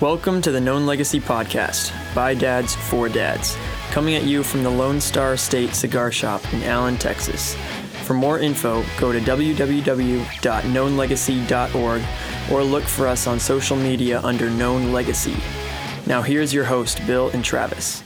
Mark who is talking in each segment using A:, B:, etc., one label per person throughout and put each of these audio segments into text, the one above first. A: Welcome to the Known Legacy Podcast by Dads for Dads, coming at you from the Lone Star State Cigar Shop in Allen, Texas. For more info, go to www.knownlegacy.org or look for us on social media under Known Legacy. Now here's your host, Bill and Travis.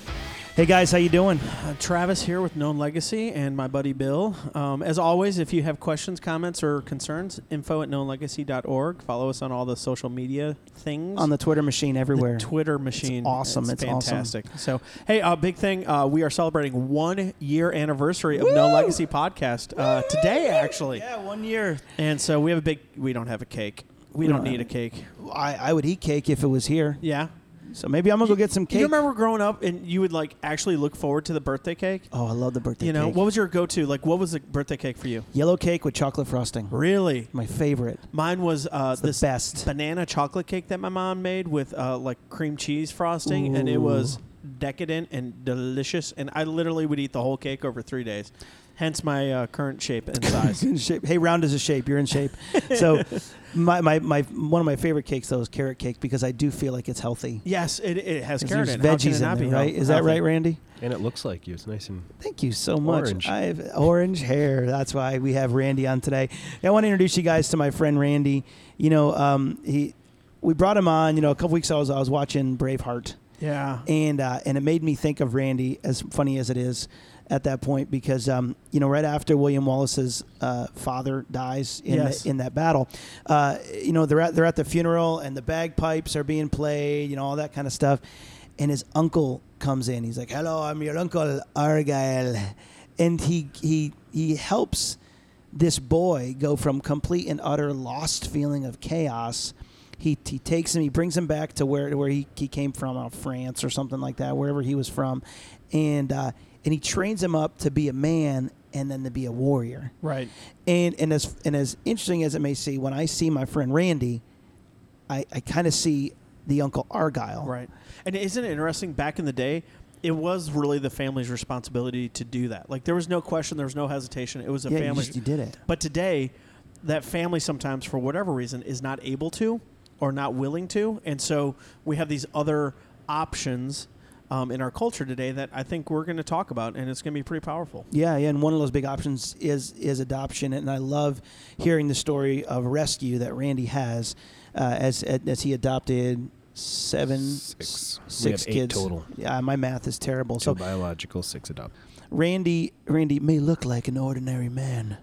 B: Hey guys, how you doing? Uh, Travis here with Known Legacy and my buddy Bill. Um, as always, if you have questions, comments, or concerns, info at knownlegacy.org. Follow us on all the social media things.
C: on the Twitter machine everywhere.
B: Twitter machine.
C: awesome. It's awesome.
B: fantastic. So, hey, uh, big thing. Uh, we are celebrating one year anniversary of No Legacy Podcast uh, today, actually.
C: one year.
B: And so we have a big. We don't have a cake. We don't
C: don't
B: need a
C: have-
B: cake.
C: I, I would eat cake if it was here.
B: Yeah.
C: So maybe I'm gonna go get some
B: Do
C: cake.
B: You remember growing up and you would like actually look forward to the birthday cake?
C: Oh, I love the birthday.
B: You know,
C: cake.
B: what was your go-to? Like, what was the birthday cake for you?
C: yellow cake with chocolate frosting.
B: Really?
C: My favorite.
B: Mine was uh,
C: the
B: this
C: best.
B: banana chocolate cake that my mom made with uh, like cream cheese frosting, and it was decadent and delicious. And I literally would eat the whole cake over three days. Hence my uh, current shape and size.
C: In shape. Hey, round is a shape. You're in shape. so, my, my, my one of my favorite cakes though is carrot cake because I do feel like it's healthy.
B: yes, it, it has
C: 'Cause
B: carrot
C: There's
B: in it. How can it
C: veggies
B: not
C: in
B: be
C: there, right?
B: health-
C: Is that
B: healthy?
C: right, Randy?
D: And it looks like you. It's nice and
C: Thank you so much.
D: Orange.
C: I have orange hair. That's why we have Randy on today. I want to introduce you guys to my friend Randy. You know, um, he we brought him on. You know, a couple weeks ago, I was, I was watching Braveheart,
B: Yeah.
C: and uh, and it made me think of Randy. As funny as it is, at that point, because um, you know, right after William Wallace's uh, father dies in
B: Yes.
C: the, in that battle, uh, you know, they're at they're at the funeral, and the bagpipes are being played. You know, all that kind of stuff, and his uncle comes in. He's like, "Hello, I'm your uncle Argyle," and he he he helps this boy go from complete and utter lost feeling of chaos. He, he takes him, he brings him back to where, where he, he came from, uh, France or something like that, wherever he was from. And, uh, and he trains him up to be a man and then to be a warrior.
B: Right.
C: And, and, as, and as interesting as it may seem, when I see my friend Randy, I, I kind of see the Uncle Argyle.
B: Right. And isn't it interesting? Back in the day, it was really the family's responsibility to do that. Like there was no question, there was no hesitation. It was a
C: Yeah, you,
B: family.
C: just, you did it.
B: But today, that family sometimes, for whatever reason, is not able to or not willing to. And so we have these other options um, in our culture today that I think we're going to talk about, and it's going to be pretty powerful.
C: Yeah, yeah, and one of those big options is is adoption, and I love hearing the story of rescue that Randy has uh, as as he adopted seven s-
D: Six. We
C: six
D: have eight
C: kids
D: total.
C: Yeah, my math is terrible.
D: so
C: So
D: biological six adopt.
C: Randy Randy may look like an ordinary man,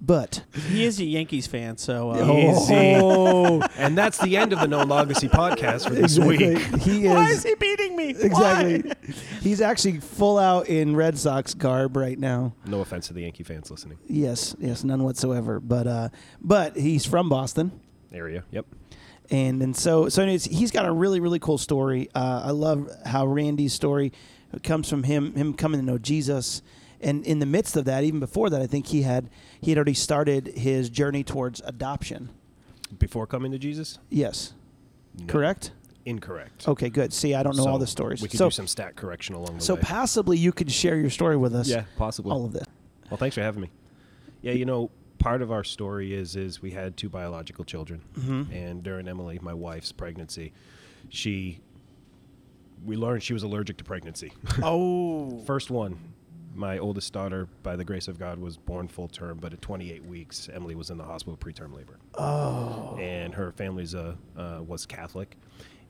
C: but
B: He is a Yankees fan, so. Uh,
D: Easy. and that's the end of the No Legacy podcast for this week.
C: he is.
B: Why is he beating me?
C: Oh. Exactly.
B: Why?
C: He's actually full out in Red Sox garb right now.
D: No offense to the Yankee fans listening.
C: Yes, yes, none whatsoever. But uh, but he's from Boston.
D: Area. Yep.
C: and and so so anyways, he's got a really really cool story. Uh, I love how Randy's story comes from him him coming to know Jesus, and in the midst of that, even before that, I think he had he had already started his journey towards adoption.
D: Before coming to Jesus?
C: Yes,
D: No.
C: correct.
D: Incorrect.
C: Okay, good. See, I don't know all the stories.
D: We could
C: so
D: do some stat correction along the
C: so
D: way.
C: possibly you could share your story with us.
D: Yeah, possibly.
C: All of this.
D: Well, thanks for having me. Yeah, you know, part of our story is is we had two biological children,
C: Mm-hmm.
D: and during Emily, my wife's pregnancy, she we learned she was allergic to pregnancy.
B: Oh.
D: First one, my oldest daughter, by the grace of God, was born full term, but at 28 weeks, Emily was in the hospital with preterm labor. Oh. And her family's uh, uh, was Catholic,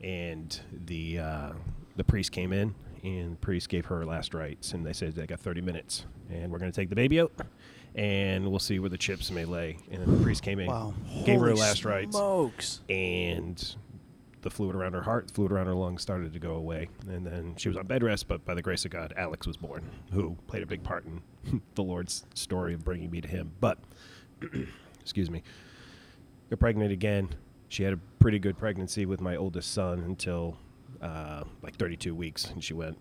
D: and the uh, the priest came in and the priest gave her her last rites, and they said they got 30 minutes, and we're going to take the baby out, and we'll see where the chips may lay. And then the priest came in,
C: Wow.
D: gave her her
B: Holy
D: last rites,
B: Smokes.
D: and the fluid around her heart, fluid around her lungs started to go away. And then she was on bed rest, but by the grace of God, Alex was born, who played a big part in the Lord's story of bringing me to him. But, excuse me, got pregnant again. She had a pretty good pregnancy with my oldest son until uh, like 32 weeks, and she went.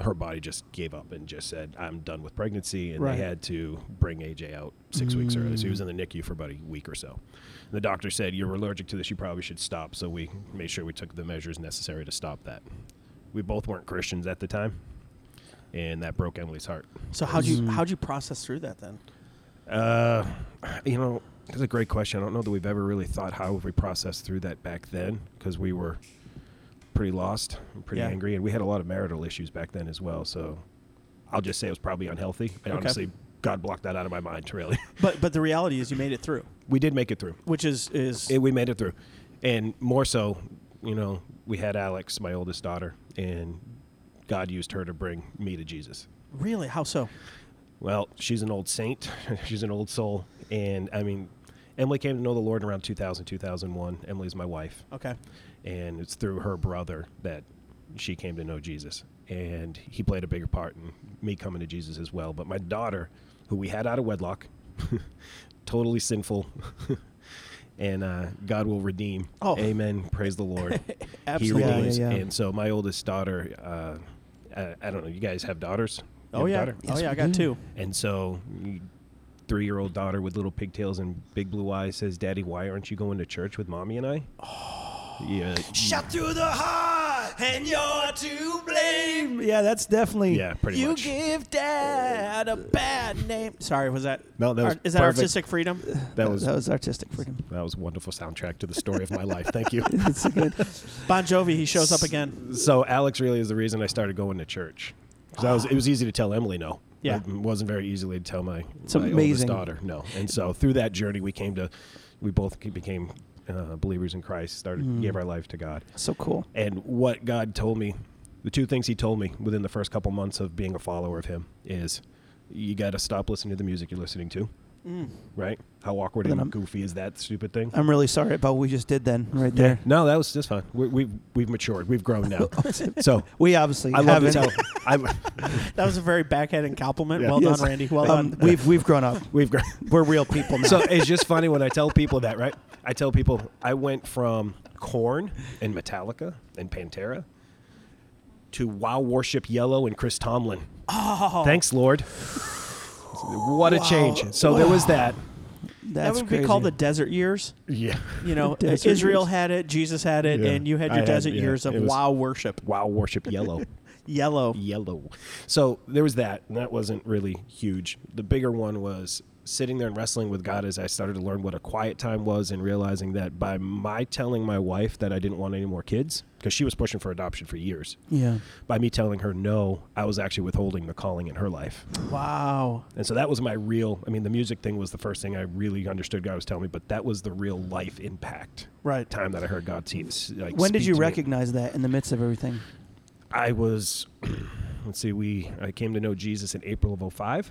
D: Her body just gave up and just said, "I'm done with pregnancy," and
C: Right.
D: they had to bring AJ out six weeks early. So he was
B: Mm.
D: in the NICU for about a week or so. And the doctor said, "You're allergic to this. You probably should stop." So we made sure we took the measures necessary to stop that. We both weren't Christians at the time, and that broke Emily's heart.
B: So how'd
C: Mm.
B: you how'd you process through that then?
D: Uh, you know, that's a great question. I don't know that we've ever really thought how we processed through that back then because we were pretty lost, and pretty
B: Yeah.
D: angry, and we had a lot of marital issues back then as well. So I'll just say it was probably unhealthy. And
B: Okay.
D: honestly, God blocked that out of my mind. Really,
B: But but the reality is, you made it through,
D: we did make it through.
B: which is is
D: It, we made it through, and more so, you know, we had Alex, my oldest daughter, and God used her to bring me to Jesus.
B: really how so.
D: Well, she's an old saint. she's an old soul. And I mean, Emily came to know the Lord around 2000, 2001. Emily's my wife.
B: Okay,
D: And it's through her brother that she came to know Jesus. And he played a bigger part in me coming to Jesus as well. But my daughter, who we had out of wedlock, totally sinful. And uh, God will redeem.
B: Oh.
D: Amen. Praise the Lord. He
B: Absolutely.
C: Yeah, yeah,
D: redeems.
C: yeah.
D: And so my oldest daughter, uh, I, I don't know. You guys have daughters? You
B: oh
D: have a
B: yeah,
D: daughter?
B: oh
C: Yes,
B: yeah, I
C: we do.
B: got two.
D: And so, three year old daughter with little pigtails and big blue eyes says, Daddy, why aren't you going to church with mommy and I?
B: Oh.
D: Yeah.
C: Shot through the heart, and you're to blame. Yeah, that's definitely.
D: Yeah, pretty
B: you
D: much.
B: give dad a bad name. Sorry, was that?
D: No, that was
B: art- is that
D: perfect.
B: artistic freedom?
D: That was
C: that was artistic freedom.
D: that was wonderful soundtrack to the story of my life. Thank you.
C: It's good.
B: Bon Jovi, he shows up again.
D: So Alex really is the reason I started going to church. 'Cause I was it was easy to tell Emily no.
B: Yeah.
D: It wasn't very easily to tell my,
C: It's
D: my oldest
C: amazing.
D: daughter no. And so through that journey, we came to, we both became uh, believers in Christ. Started
C: Mm.
D: gave our life to God.
C: So cool.
D: and what God told me, the two things He told me within the first couple months of being a follower of Him is, you got to stop listening to the music you're listening to, right? How awkward
C: Mm. Then
D: and
C: I'm-
D: goofy is that stupid thing?
C: I'm really sorry about what we just did then, right there.
D: no, that was just fine. We, we've we've matured. We've grown now. so
C: We obviously
D: I love
C: haven't.
D: this. How, I'm,
B: That was a very backhanded compliment. Well
C: Yes.
B: done, Randy. Well
C: um,
B: done.
C: We've we've grown up.
D: we've grown.
C: We're real people now.
D: So it's just funny when I tell people that, right? I tell people I went from Corn and Metallica and Pantera to Wow Worship Yellow and Chris Tomlin. Oh, thanks, Lord. What a change! So there was that.
C: that's
B: that would
C: crazy.
B: be called the desert years.
D: Yeah.
B: You know,
C: Desert
B: Israel
C: years.
B: had it, Jesus had it,
D: Yeah.
B: and you had
D: I
B: your
D: had-
B: desert
D: yeah,
B: years of
D: it was-
B: wow worship.
D: Wow Worship Yellow.
B: Yellow.
D: yellow. So there was that, and that wasn't really huge. The bigger one was sitting there and wrestling with God as I started to learn what a quiet time was and realizing that by my telling my wife that I didn't want any more kids, because she was pushing for adoption for years,
C: yeah.
D: by me telling her no, I was actually withholding the calling in her life.
B: Wow.
D: And so that was my real, I mean, the music thing was the first thing I really understood God was telling me, but that was the real life impact.
B: Right.
D: Time that I heard God te- like
C: When did
D: speak
C: you
D: to me.
C: recognize that in the midst of everything?
D: I was, let's see, we I came to know Jesus in April of 05,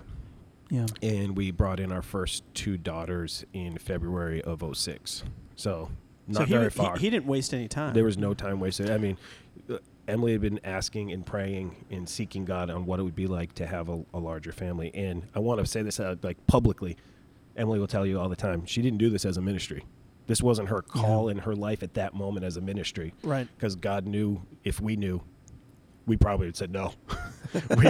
C: Yeah.
D: and we brought in our first two daughters in February of 06. So not
B: so he,
D: very
B: didn't- he-
D: far.
B: he didn't waste any time.
D: there was no time wasted. I mean, uh, Emily had been asking and praying and seeking God on what it would be like to have a, a larger family. And I want to say this out like publicly. Emily will tell you all the time. She didn't do this as a ministry. This wasn't her call in her life at that moment as a ministry
B: Right.
D: because God knew if we knew, we probably would have said no. we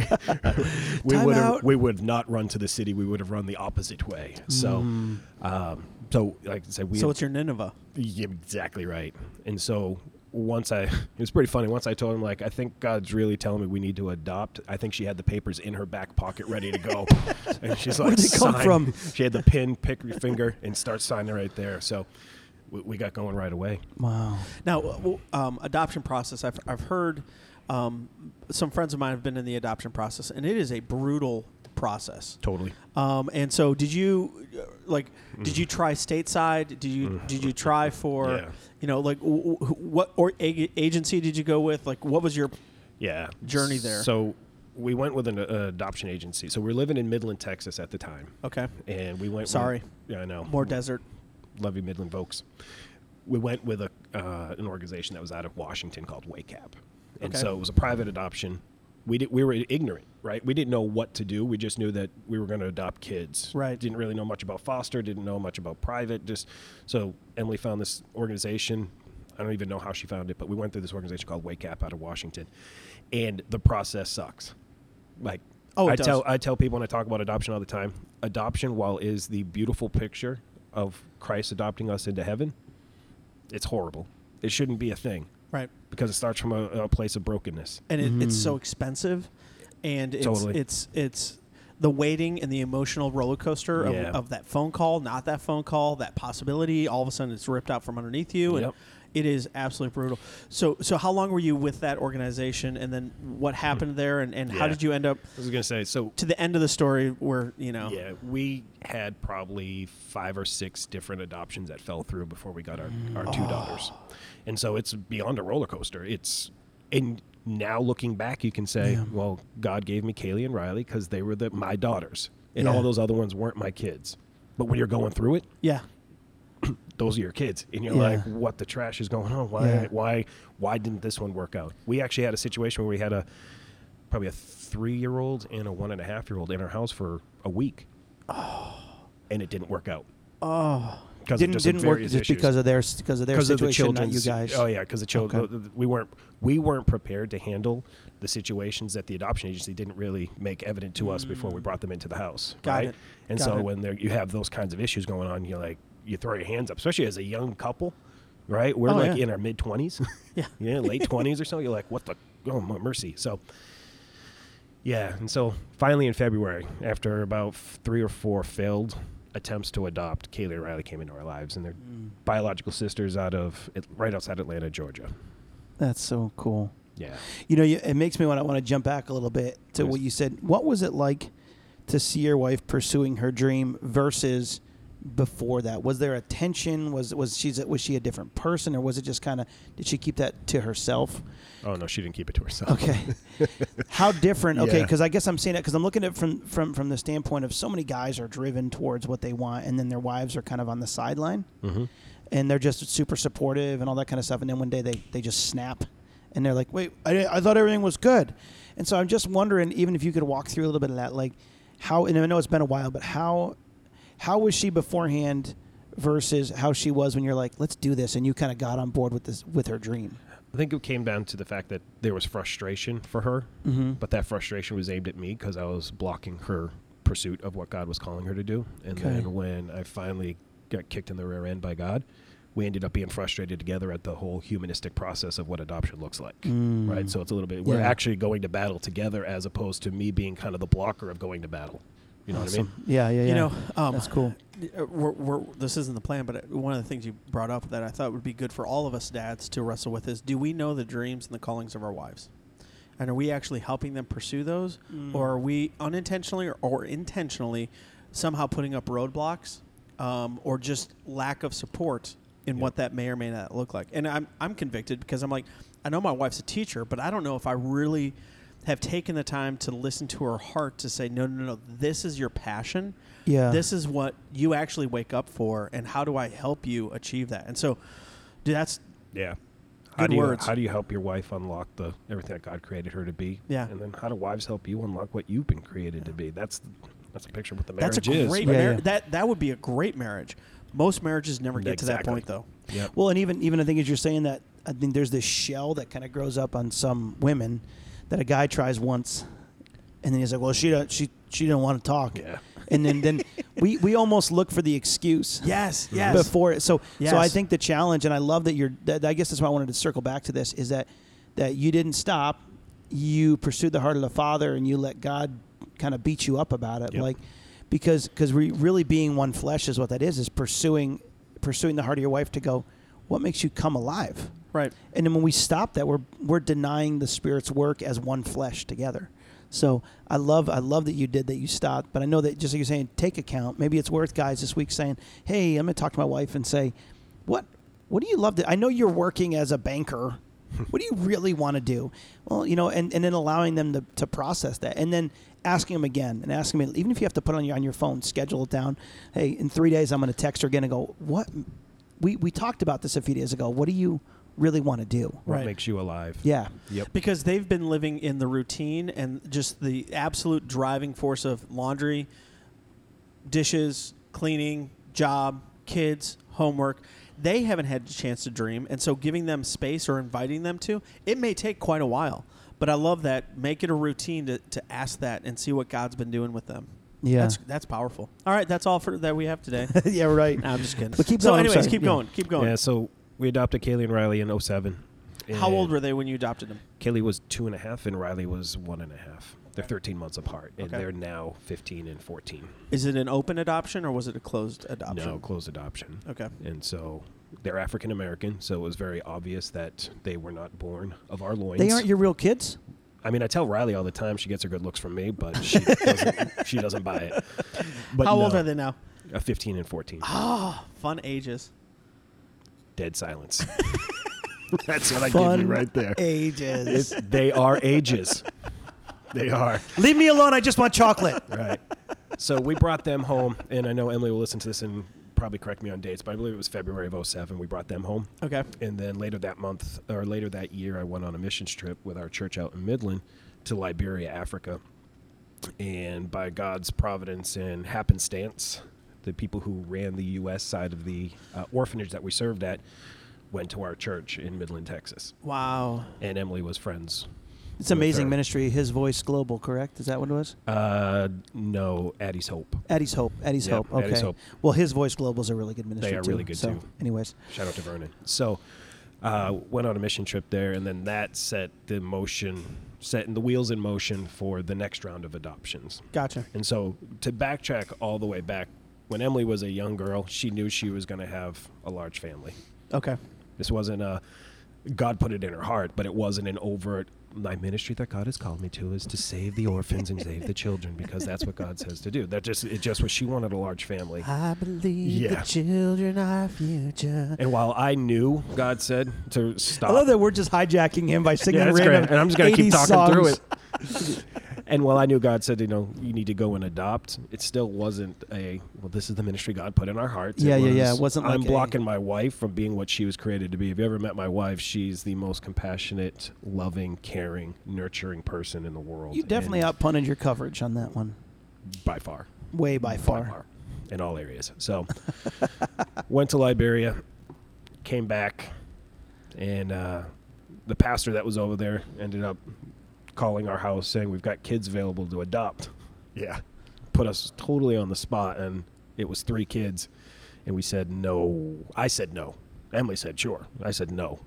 D: we
C: Time
D: would have
C: out.
D: we would have not run to the city. We would have run the opposite way. So, um, so like I said, we
B: Mm. so
D: had-
B: it's your Nineveh.
D: yeah, exactly right. And so once I, it was pretty funny. Once I told him, like, I think God's really telling me we need to adopt. I think she had the papers in her back pocket ready to go. and she's like,
C: Where'd they come
D: "Sign."
C: from?
D: She had the pen, pick your finger, and start signing right there. So we, we got going right away.
C: Wow.
B: Now, w- w- um, adoption process. I've, I've heard um, some friends of mine have been in the adoption process, and it is a brutal process.
D: Totally.
B: Um, and so, did you uh, like? Did you try stateside? Did you did you try for?
D: Yeah.
B: You know, like w- w- what or ag- agency did you go with? Like, what was your?
D: yeah
B: journey there?
D: So we went with an uh, adoption agency. So we were living in Midland, Texas at the time,
B: Okay,
D: and we went. with-
B: Sorry.
D: yeah, I know.
B: more desert.
D: Love you, Midland folks. We went with a, uh, an organization that was out of Washington called WakeCap. And
B: Okay.
D: so it was a private adoption. We, did, we were ignorant, right? We didn't know what to do. We just knew that we were going to adopt kids.
B: Right.
D: Didn't really know much about foster, didn't know much about private. Just So Emily found this organization. I don't even know how she found it, but we went through this organization called WakeCap out of Washington. And the process sucks. Like,
B: Oh, it
D: I
B: does.
D: tell I tell people when I talk about adoption all the time, adoption, while is the beautiful picture of Christ adopting us into heaven, it's horrible. It shouldn't be a thing
B: Right,
D: because it starts from a, a place of brokenness.
B: and it, it's so expensive, and it's
D: Mm. Totally.
B: it's it's the waiting and the emotional roller coaster of,
D: Yeah.
B: of that phone call, not that phone call, that possibility. All of a sudden, it's ripped out from underneath you, and
D: Yep.
B: it is absolutely brutal. So, so how long were you with that organization, and then what happened there, and, and how
D: Hmm. Yeah.
B: did you end up
D: I was gonna say so.
B: to the end of the story where you know?
D: Yeah, we had probably five or six different adoptions that fell through before we got our, our two daughters. And so it's beyond a roller coaster. It's and now looking back you can say, well, God gave me Kaylee and Riley cuz they were the my daughters and
C: Yeah.
D: all those other ones weren't my kids. But when you're going through it,
B: Yeah.
D: those are your kids and you're
C: Yeah.
D: like what the trash is going on why
C: Yeah.
D: why why didn't this one work out we actually had a situation where we had a probably a three year old and a one and a half year old in our house for a week and it didn't work out oh because
C: Oh. Didn't didn't work just because of their because of their
D: because of the
C: situation, not
D: children
C: you guys.
D: oh yeah because the children we weren't we weren't prepared to handle the situations that the adoption agency didn't really make evident to us before we brought them into the house
B: Got
D: right
B: it.
D: and
B: Got
D: so
B: it.
D: when there you have those kinds of issues going on you're like you throw your hands up especially as a young couple right we're
B: Oh,
D: like
B: yeah.
D: in our mid 20s
B: Yeah.
D: yeah late 20s or so you're like what the oh my mercy so yeah, and so finally in February, after about f- three or four failed attempts to adopt, Kaylee and Riley came into our lives, and they're biological sisters out of it, right outside Atlanta, Georgia.
C: That's so cool.
D: Yeah,
C: You know, you, it makes me want to want to jump back a little bit to what
D: Please.
C: you said. What was it like to see your wife pursuing her dream versus before that? Was there a tension? Was was she's a, was she a different person, or was it just kind of did she keep that to herself?
D: Oh no, she didn't keep it to herself.
C: Okay, how different? Okay,
D: Yeah.
C: because I guess I'm saying that because I'm looking at it from from from the standpoint of so many guys are driven towards what they want, and then their wives are kind of on the sideline
D: hmm
C: and they're just super supportive and all that kind of stuff. And then one day they, they just snap and they're like, wait, I, I thought everything was good. And so I'm just wondering, even if you could walk through a little bit of that, like how, and I know it's been a while, but how, how was she beforehand versus how she was when you're like, let's do this. And you kind of got on board with this, with her dream.
D: I think it came down to the fact that there was frustration for her,
C: Mhm.
D: but that frustration was aimed at me because I was blocking her pursuit of what God was calling her to do. And
C: Okay.
D: then when I finally got kicked in the rear end by God, we ended up being frustrated together at the whole humanistic process of what adoption looks like. Right? So it's a little bit, we're
C: Mm. Yeah.
D: actually going to battle together as opposed to me being kind of the blocker of going to battle. You know what I mean?
C: Yeah. Yeah.
B: You know, um,
C: that's cool.
B: uh, We're, we're, this isn't the plan, but uh, one of the things you brought up that I thought would be good for all of us dads to wrestle with is: Do we know the dreams and the callings of our wives, and are we actually helping them pursue those, or are we unintentionally or, or intentionally somehow putting up roadblocks, um, or just lack of support in what that may or may not look like? And I'm I'm convicted because I'm like, I know my wife's a teacher, but I don't know if I really have taken the time to listen to her heart to say no no no this is your passion
C: Yeah.
B: this this is what you actually wake up for and how do i help you achieve that and so dude, that's
D: Yeah. How
B: Good
D: do, you,
B: words.
D: how do you help your wife unlock the everything that God created her to be?
B: Yeah.
D: And then how do wives help you unlock what you've been created to be? That's that's a picture of what the marriage
B: that's a
D: is.
B: great
C: Yeah,
B: mar-
C: yeah.
B: that that would be a great marriage most marriages never get to that
D: Exactly.
B: point though
D: Yep.
C: Well, and even even I think as you're saying that, I think there's this shell that kind of grows up on some women that a guy tries once, and then he's like, "Well, she don't, she she didn't want to talk."
D: Yeah.
C: And then then we we almost look for the excuse
B: yes yes
C: before it. So
B: Yes.
C: so I think the challenge, and I love that you're. That, I guess that's why I wanted to circle back to this is that that you didn't stop. You pursued the heart of the Father, and you let God kind of beat you up about it,
D: Yep.
C: like because because we really being one flesh is what that is is pursuing pursuing the heart of your wife to go. What makes you come alive?
B: right
C: And then when we stop that, we're we're denying the Spirit's work as one flesh together. So I love I love that you did that you stopped, but I know that just like you're saying, take account. Maybe it's worth guys this week saying, "Hey, I'm going to talk to my wife and say, what what do you love? To, I know you're working as a banker. what do you really want to do? Well, you know, and, and then allowing them to, to process that, and then asking them again, and asking them even if you have to put on your on your phone, schedule it down. Hey, in three days, I'm going to text her again and go, what we, we talked about this a few days ago. What do you really want to do?
D: What
B: Right.
D: makes you alive?
C: Yeah.
D: Yep.
B: because they've been living in the routine and just the absolute driving force of laundry, dishes, cleaning, job, kids, homework. They haven't had a chance to dream, and so giving them space or inviting them to, it may take quite a while. But I love that. Make it a routine to, to ask that and see what God's been doing with them.
C: Yeah.
B: that's that's powerful. All right, that's all for that we have today.
C: yeah, right.
B: no, I'm just kidding.
C: But keep
B: so,
C: going, I'm
B: anyways,
C: sorry.
B: keep
C: Yeah.
B: going. Keep going.
D: Yeah, so we adopted Kaylee and Riley in 07.
B: How old
D: and
B: were they when you adopted them?
D: Kaylee was two and a half and Riley was one and a half. They're 13 months apart, and
B: Okay.
D: they're now 15 and 14.
B: Is it an open adoption or was it a closed adoption?
D: No, closed adoption.
B: Okay.
D: And so they're African American, so it was very obvious that they were not born of our loins.
C: They aren't your real kids.
D: I mean, I tell Riley all the time she gets her good looks from me, but she doesn't, she doesn't buy it. But
B: How
D: no,
B: old are they now?
D: Uh, 15 and 14.
B: Fun ages.
D: Dead silence. That's what I
C: Fun
D: give you right there.
C: Ages.
D: They are ages. They are.
C: Leave me alone. I just want chocolate.
D: Right. So we brought them home, and I know Emily will listen to this and probably correct me on dates, but I believe it was February of 07. We brought them home.
B: Okay.
D: And then later that month, or later that year, I went on a missions trip with our church out in Midland to Liberia, Africa. And by God's providence and happenstance, the people who ran the U.S. side of the uh, orphanage that we served at went to our church in Midland, Texas.
B: Wow.
D: And Emily was friends.
C: It's amazing
D: her.
C: ministry. His voice global, correct? Is that what it was?
D: Uh, no, Addie's Hope.
C: Addie's Hope. Addie's
D: Yep,
C: Hope. Okay.
D: Addie's Hope.
C: Well, his voice global is a really good ministry.
D: are
C: too.
D: really good,
C: so,
D: too.
C: Anyways,
D: Shout out to Vernon. So, uh, went on a mission trip there, and then that set the motion, set the wheels in motion for the next round of adoptions.
B: Gotcha.
D: And so, to backtrack all the way back, when Emily was a young girl, she knew she was going to have a large family.
B: Okay.
D: This wasn't a God put it in her heart, but it wasn't an overt. My ministry that God has called me to is to save the orphans and save the children because that's what God says to do. That just it just was she wanted a large family.
B: I believe
D: the Yeah.
B: children are future.
D: And while I knew God said to stop,
C: I love that we're just hijacking him by singing
D: Yeah, that's
C: random
D: great. And I'm just gonna keep
C: 80s
D: talking through
C: songs.
D: it. and while I knew God said, you know, you need to go and adopt, it still wasn't a well. This is the ministry God put in our hearts.
C: Yeah,
D: it
C: yeah,
D: was,
C: yeah. It wasn't
D: I'm
C: like a-
D: blocking my wife from being what she was created to be. Have you ever met my wife? She's the most compassionate, loving, caring, nurturing person in the world.
C: You definitely
D: and
C: outpunted your coverage on that one,
D: by far
C: way by
D: by
C: far.
D: far in all areas. So went to Liberia, came back, and uh, the pastor that was over there ended up calling our house saying we've got kids available to adopt. Yeah, put us totally on the spot, and it was three kids, and we said no. I said no. Emily said sure. I said no.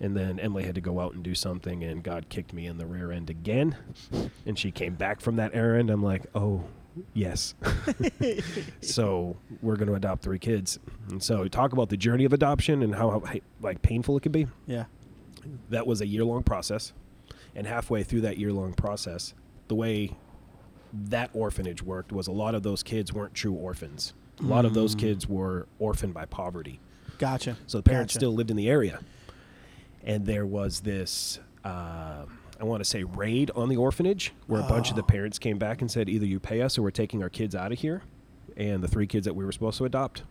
D: And then Emily had to go out and do something, and God kicked me in the rear end again. And she came back from that errand. I'm like, oh, yes. so we're going to adopt three kids. And so talk about the journey of adoption and how, how like painful it can be.
B: Yeah.
D: That was a year long process. And halfway through that year long process, the way that orphanage worked was a lot of those kids weren't true orphans. A lot of those kids were orphaned by poverty.
B: Gotcha.
D: So the parents
B: Gotcha.
D: still lived in the area. And there was this, uh, I want to say, raid on the orphanage where a bunch of the parents came back and said, either you pay us or we're taking our kids out of here. And the three kids that we were supposed to adopt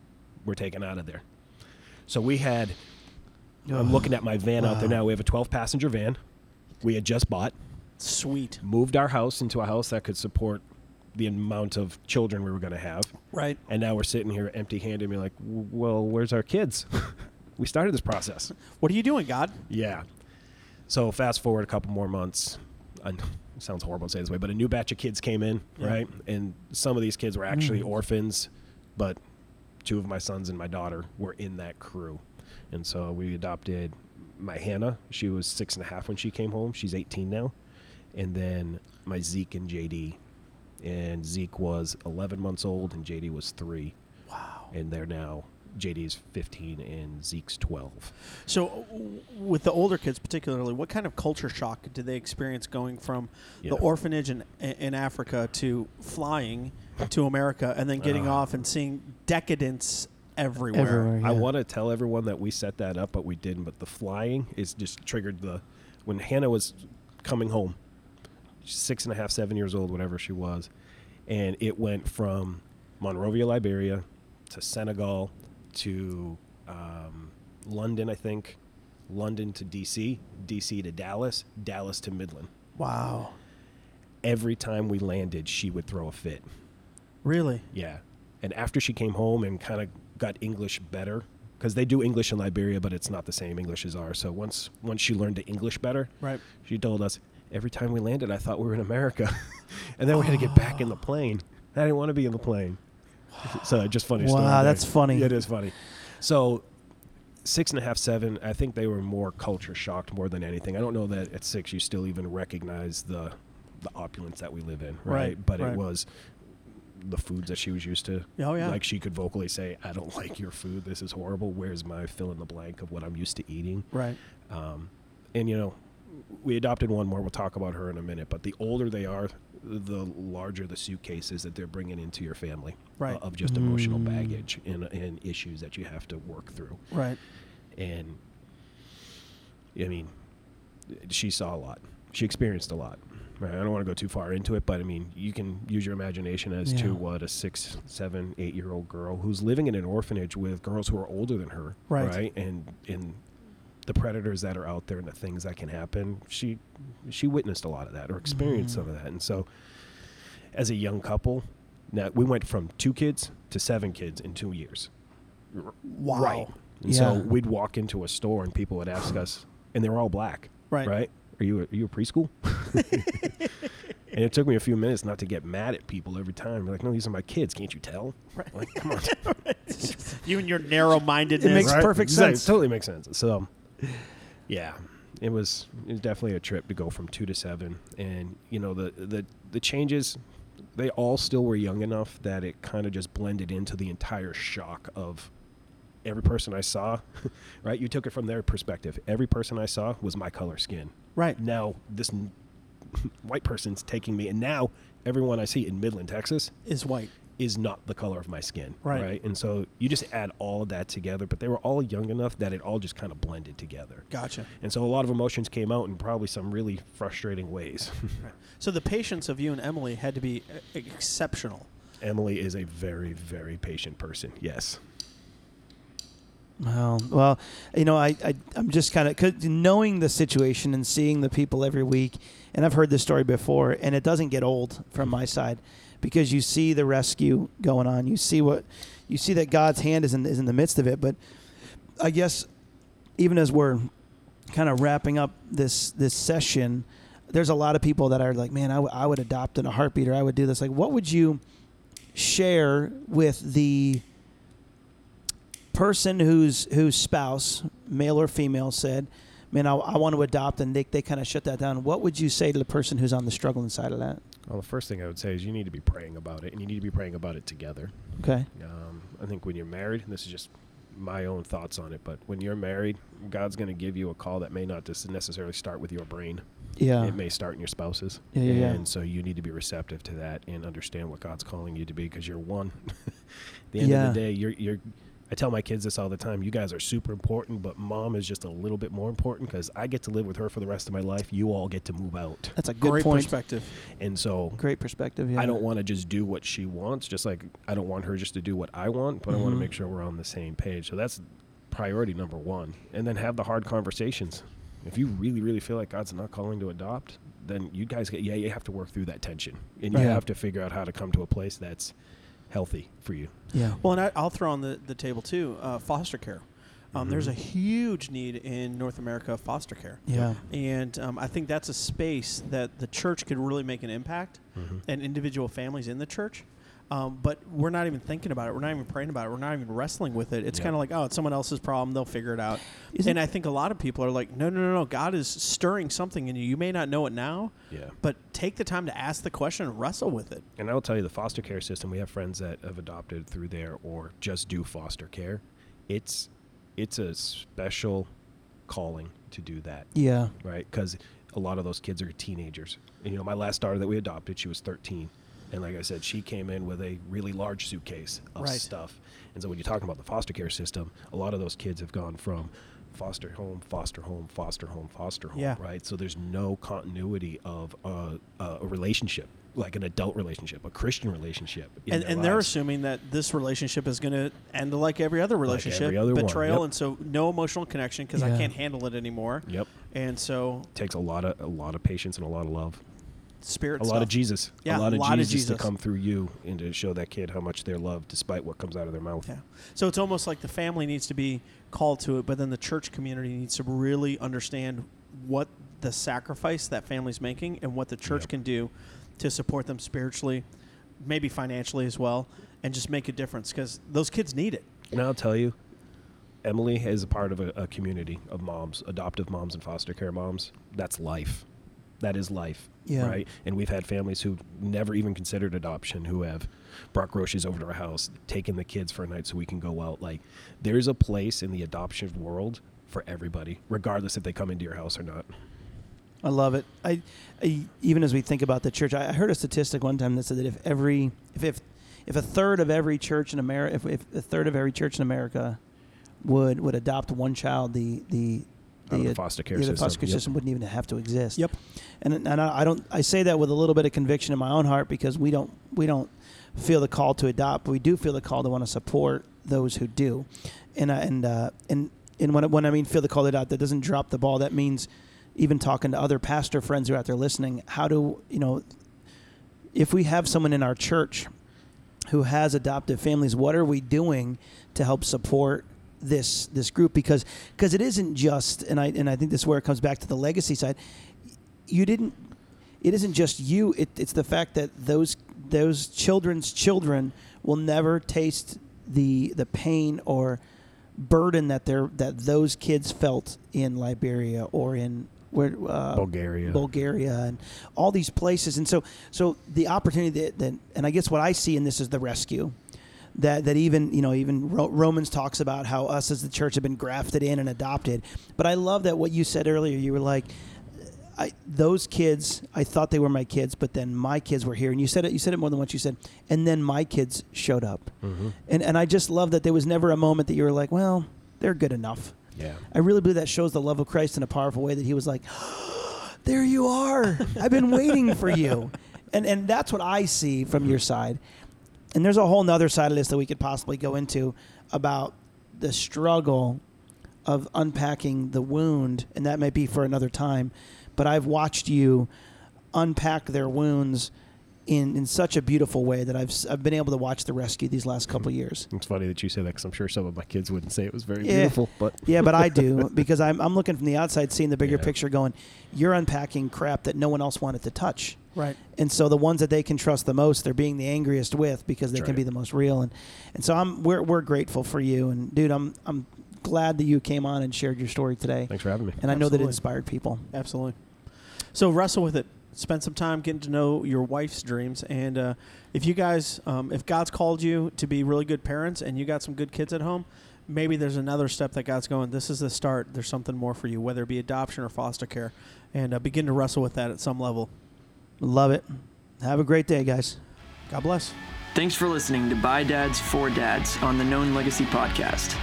D: were taken out of there. So we had, I'm looking at my van out there now. We have a 12 passenger van we had just bought,
B: sweet.
D: moved our house into a house that could support the amount of children we were going to have.
B: Right.
D: And now we're sitting here empty handed and be like, "W- well, where's our kids? we started this process.
B: What are you doing, God?
D: Yeah. So fast forward a couple more months. I, sounds horrible to say this way, but a new batch of kids came in, right? And some of these kids were actually orphans, but two of my sons and my daughter were in that crew. And so we adopted my Hannah. She was six and a half when she came home. She's 18 now. And then my Zeke and JD. And Zeke was 11 months old and JD was three. Wow. And they're now, JD's 15 and Zeke's 12.
B: So, w- with the older kids particularly, what kind of culture shock did they experience going from
D: Yeah.
B: the orphanage in, in Africa to flying to America and then getting off and seeing decadence everywhere?
C: Everywhere.
D: I
C: Yeah.
D: want to tell everyone that we set that up, but we didn't. But the flying is just triggered the when Hannah was coming home, six and a half, seven years old, whatever she was, and it went from Monrovia, Liberia, to Senegal, to um, London, I think, London to DC, DC to Dallas, Dallas to Midland.
B: Wow.
D: Every time we landed, she would throw a fit.
B: Really?
D: Yeah. And after she came home and kind of got English better, because they do English in Liberia, but it's not the same English as ours. So once once she learned the English better,
B: Right.
D: she told us every time we landed, I thought we were in America, and then we had to get back in the plane. I didn't want to be in the plane. So just funny story.
C: Wow,
D: there.
C: that's funny.
D: Yeah, it is funny. So six and a half, seven. I think they were more culture shocked more than anything. I don't know that at six you still even recognize the the opulence that we live in, right?
B: Right,
D: But
B: right.
D: it was the foods that she was used to.
B: Oh, yeah.
D: Like she could vocally say, "I don't like your food. This is horrible. Where's my fill in the blank of what I'm used to eating?"
B: Right.
D: Um, and you know, we adopted one more. We'll talk about her in a minute. But the older they are, the larger the suitcases that they're bringing into your family uh,
B: Right.
D: of just emotional baggage and, and issues that you have to work through.
B: Right.
D: And I mean, she saw a lot. She experienced a lot. Right? I don't want to go too far into it, but I mean, you can use your imagination as
B: Yeah.
D: to what a six, seven, eight-year-old girl who's living in an orphanage with girls who are older than her,
B: Right.
D: And and the predators that are out there and the things that can happen. She she witnessed a lot of that or experienced
B: Mm-hmm.
D: some of that, and so as a young couple, now we went from two kids to seven kids in two years.
C: Wow.
D: Right. And so
C: Yeah.
D: we'd walk into a store and people would ask us, and they were all black.
B: Right.
D: Right. Are you a, are you a preschool? and it took me a few minutes not to get mad at people every time. They're like, no, these are my kids. Can't you tell? Right. Like, come on.
B: You and your narrow mindedness.
C: It makes
D: Right?
C: perfect
D: Exactly.
C: sense.
D: Totally makes sense. So, yeah, it was it was definitely a trip to go from two to seven, and you know the the the changes. They all still were young enough that it kind of just blended into the entire shock of every person I saw. right, you took it from their perspective. Every person I saw was my color skin.
B: Right.
D: Now this n- white person's taking me, and now everyone I see in Midland, Texas,
B: Is white.
D: is not the color of my skin.
B: Right.
D: And so you just add all of that together, but they were all young enough that it all just kind of blended together.
B: Gotcha.
D: And so a lot of emotions came out in probably some really frustrating ways.
B: So the patience of you and Emily had to be uh, exceptional.
D: Emily is a very, very patient person. Yes.
C: Wow. Well, you know, I, I I'm just kind of knowing the situation and seeing the people every week, and I've heard this story before, and it doesn't get old from my side, because you see the rescue going on, you see what, you see that God's hand is in is in the midst of it. But I guess even as we're kind of wrapping up this this session, there's a lot of people that are like, man, I, w- I would adopt in a heartbeat, or I would do this. Like, what would you share with the person whose whose spouse, male or female, said, "Man, I, I want to adopt," and they, they kind of shut that down. What would you say to the person who's on the struggling side of that?
D: Well, the first thing I would say is you need to be praying about it, and you need to be praying about it together.
C: Okay,
D: Um, I think when you're married, and this is just my own thoughts on it, but when you're married, God's going to give you a call that may not just necessarily start with your brain.
C: yeah,
D: it may start in your spouses.
C: Yeah, yeah, yeah.
D: and so you need to be receptive to that and understand what God's calling you to be because you're one. At the end
C: Yeah.
D: of the day, you're you're. I tell my kids this all the time. You guys are super important, but mom is just a little bit more important because I get to live with her for the rest of my life. You all get to move out,
C: that's a good
B: Great
C: point.
B: perspective.
D: and so
C: Great perspective. Yeah,
D: I don't want to just do what she wants. Just like I don't want her just to do what I want, but I want
C: Mhm.
D: to make sure we're on the same page. So that's priority number one. And then have the hard conversations. If you really, really feel like God's not calling to adopt, then you guys get yeah, you have to work through that tension, and
C: Right.
D: you have to figure out how to come to a place that's healthy for you.
C: Yeah,
B: Well, and I, I'll throw on the, the table too uh, foster care. Um, There's a huge need in North America of foster care.
C: yeah,
B: And um, I think that's a space that the church could really make an impact and individual families in the church. Um, but we're not even thinking about it. We're not even praying about it. We're not even wrestling with it. It's
D: Yeah.
B: kind of like, oh, it's someone else's problem. They'll figure it out.
C: Isn't-
B: and I think a lot of people are like, no, no, no, no. God is stirring something in you. You may not know it now,
D: Yeah.
B: but take the time to ask the question and wrestle with it.
D: And I will tell you, the foster care system. We have friends that have adopted through there or just do foster care. It's it's a special calling to do that.
C: yeah.
D: right? Because a lot of those kids are teenagers. And, you know, my last daughter that we adopted, she was 13. And like I said, she came in with a really large suitcase of
B: Right.
D: stuff. And so when you're talking about the foster care system, a lot of those kids have gone from foster home, foster home, foster home, foster home,
B: Yeah.
D: right? So there's no continuity of a, a a relationship, like an adult relationship, a Christian relationship. in
B: and,
D: their
B: and they're
D: lives.
B: assuming that this relationship is going to end like every other relationship
D: every other one,
B: betrayal
D: yep.
B: and so no emotional connection because i
C: Yeah.
B: can't handle it anymore
D: Yep.
B: and so
D: takes a lot of a lot of patience and a lot of love.
B: spirit
D: a lot of
B: stuff.
D: Jesus.
B: Yeah,
D: a lot, of, Jesus to
B: Jesus.
D: come through you and to show that kid how much they're loved despite what comes out of their mouth.
B: yeah so it's almost like the family needs to be called to it but then the church community needs to really understand what the sacrifice that family's making and what the church
D: Yep.
B: can do to support them spiritually maybe financially as well and just make a difference because those kids need it
D: And I'll tell you, Emily is a part of a, a community of moms, adoptive moms and foster care moms. That's life. That is life,
C: Yeah.
D: right? And we've had families who never even considered adoption who have brought groceries over to our house, taken the kids for a night so we can go out. Like, there's a place in the adoption world for everybody, regardless if they come into your house or not.
C: I love it. I, I even as we think about the church, I I heard a statistic one time that said that if every if if, if a third of every church in America, if, if a third of every church in America would would adopt one child, the the
D: Out of the foster care
C: yeah, the
D: system,
C: foster care
D: yep.
C: system wouldn't even have to exist.
B: Yep.
C: And and I I don't I say that with a little bit of conviction in my own heart because we don't we don't feel the call to adopt, but we do feel the call to want to support those who do, and I and uh, and and when I- when I mean feel the call to adopt, that doesn't drop the ball. That means even talking to other pastor friends who are out there listening, how do you know if we have someone in our church who has adoptive families, what are we doing to help support this this group? Because because it isn't just and I and I think this is where it comes back to the legacy side. You didn't. It isn't just you. It, it's the fact that those those children's children will never taste the the pain or burden that they're that those kids felt in Liberia or in where uh,
D: Bulgaria.
C: Bulgaria and all these places. And so, so the opportunity that, that, and I guess what I see in this is the rescue. That, that even you know even Ro- Romans talks about how us as the church have been grafted in and adopted, but I love that what you said earlier. You were like, I, those kids, I thought they were my kids, but then my kids were here, and you said it. You said it more than once. You said, and then my kids showed up, and and I just love that there was never a moment that you were like, well, they're good enough.
D: Yeah.
C: I really believe that shows the love of Christ in a powerful way that he was like, There you are. I've been waiting for you. And and that's what I see from your side. And there's a whole nother side of this that we could possibly go into about the struggle of unpacking the wound, and that may be for another time. But I've watched you unpack their wounds in, in such a beautiful way that I've, s- I've been able to watch the rescue these last couple years.
D: It's funny that you say that because I'm sure some of my kids wouldn't say it was very
C: Yeah.
D: beautiful, but
C: Yeah, but I do because I'm, I'm looking from the outside, seeing the bigger
D: Yeah.
C: picture, going, you're unpacking crap that no one else wanted to touch.
B: Right.
C: And so the ones that they can trust the most, they're being the angriest with because they
D: That's
C: can be
D: right.
C: the most real. And, and so I'm we're, we're grateful for you. And dude, I'm I'm glad that you came on and shared your story today.
D: thanks for having me.
C: And I know that it
B: Absolutely.
C: inspired people.
B: Absolutely. So wrestle with it. Spend some time getting to know your wife's dreams, and uh, if you guys, um, if God's called you to be really good parents, and you got some good kids at home, maybe there's another step that God's going. This is the start. There's something more for you, whether it be adoption or foster care, and uh, begin to wrestle with that at some level.
C: Love it. Have a great day, guys.
B: God bless.
A: Thanks for listening to By Dads for Dads on the Known Legacy podcast.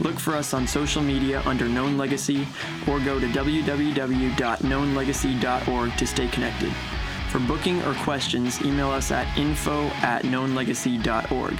A: Look for us on social media under Known Legacy or go to www.knownlegacy.org to stay connected. For booking or questions, email us at info at knownlegacy.org.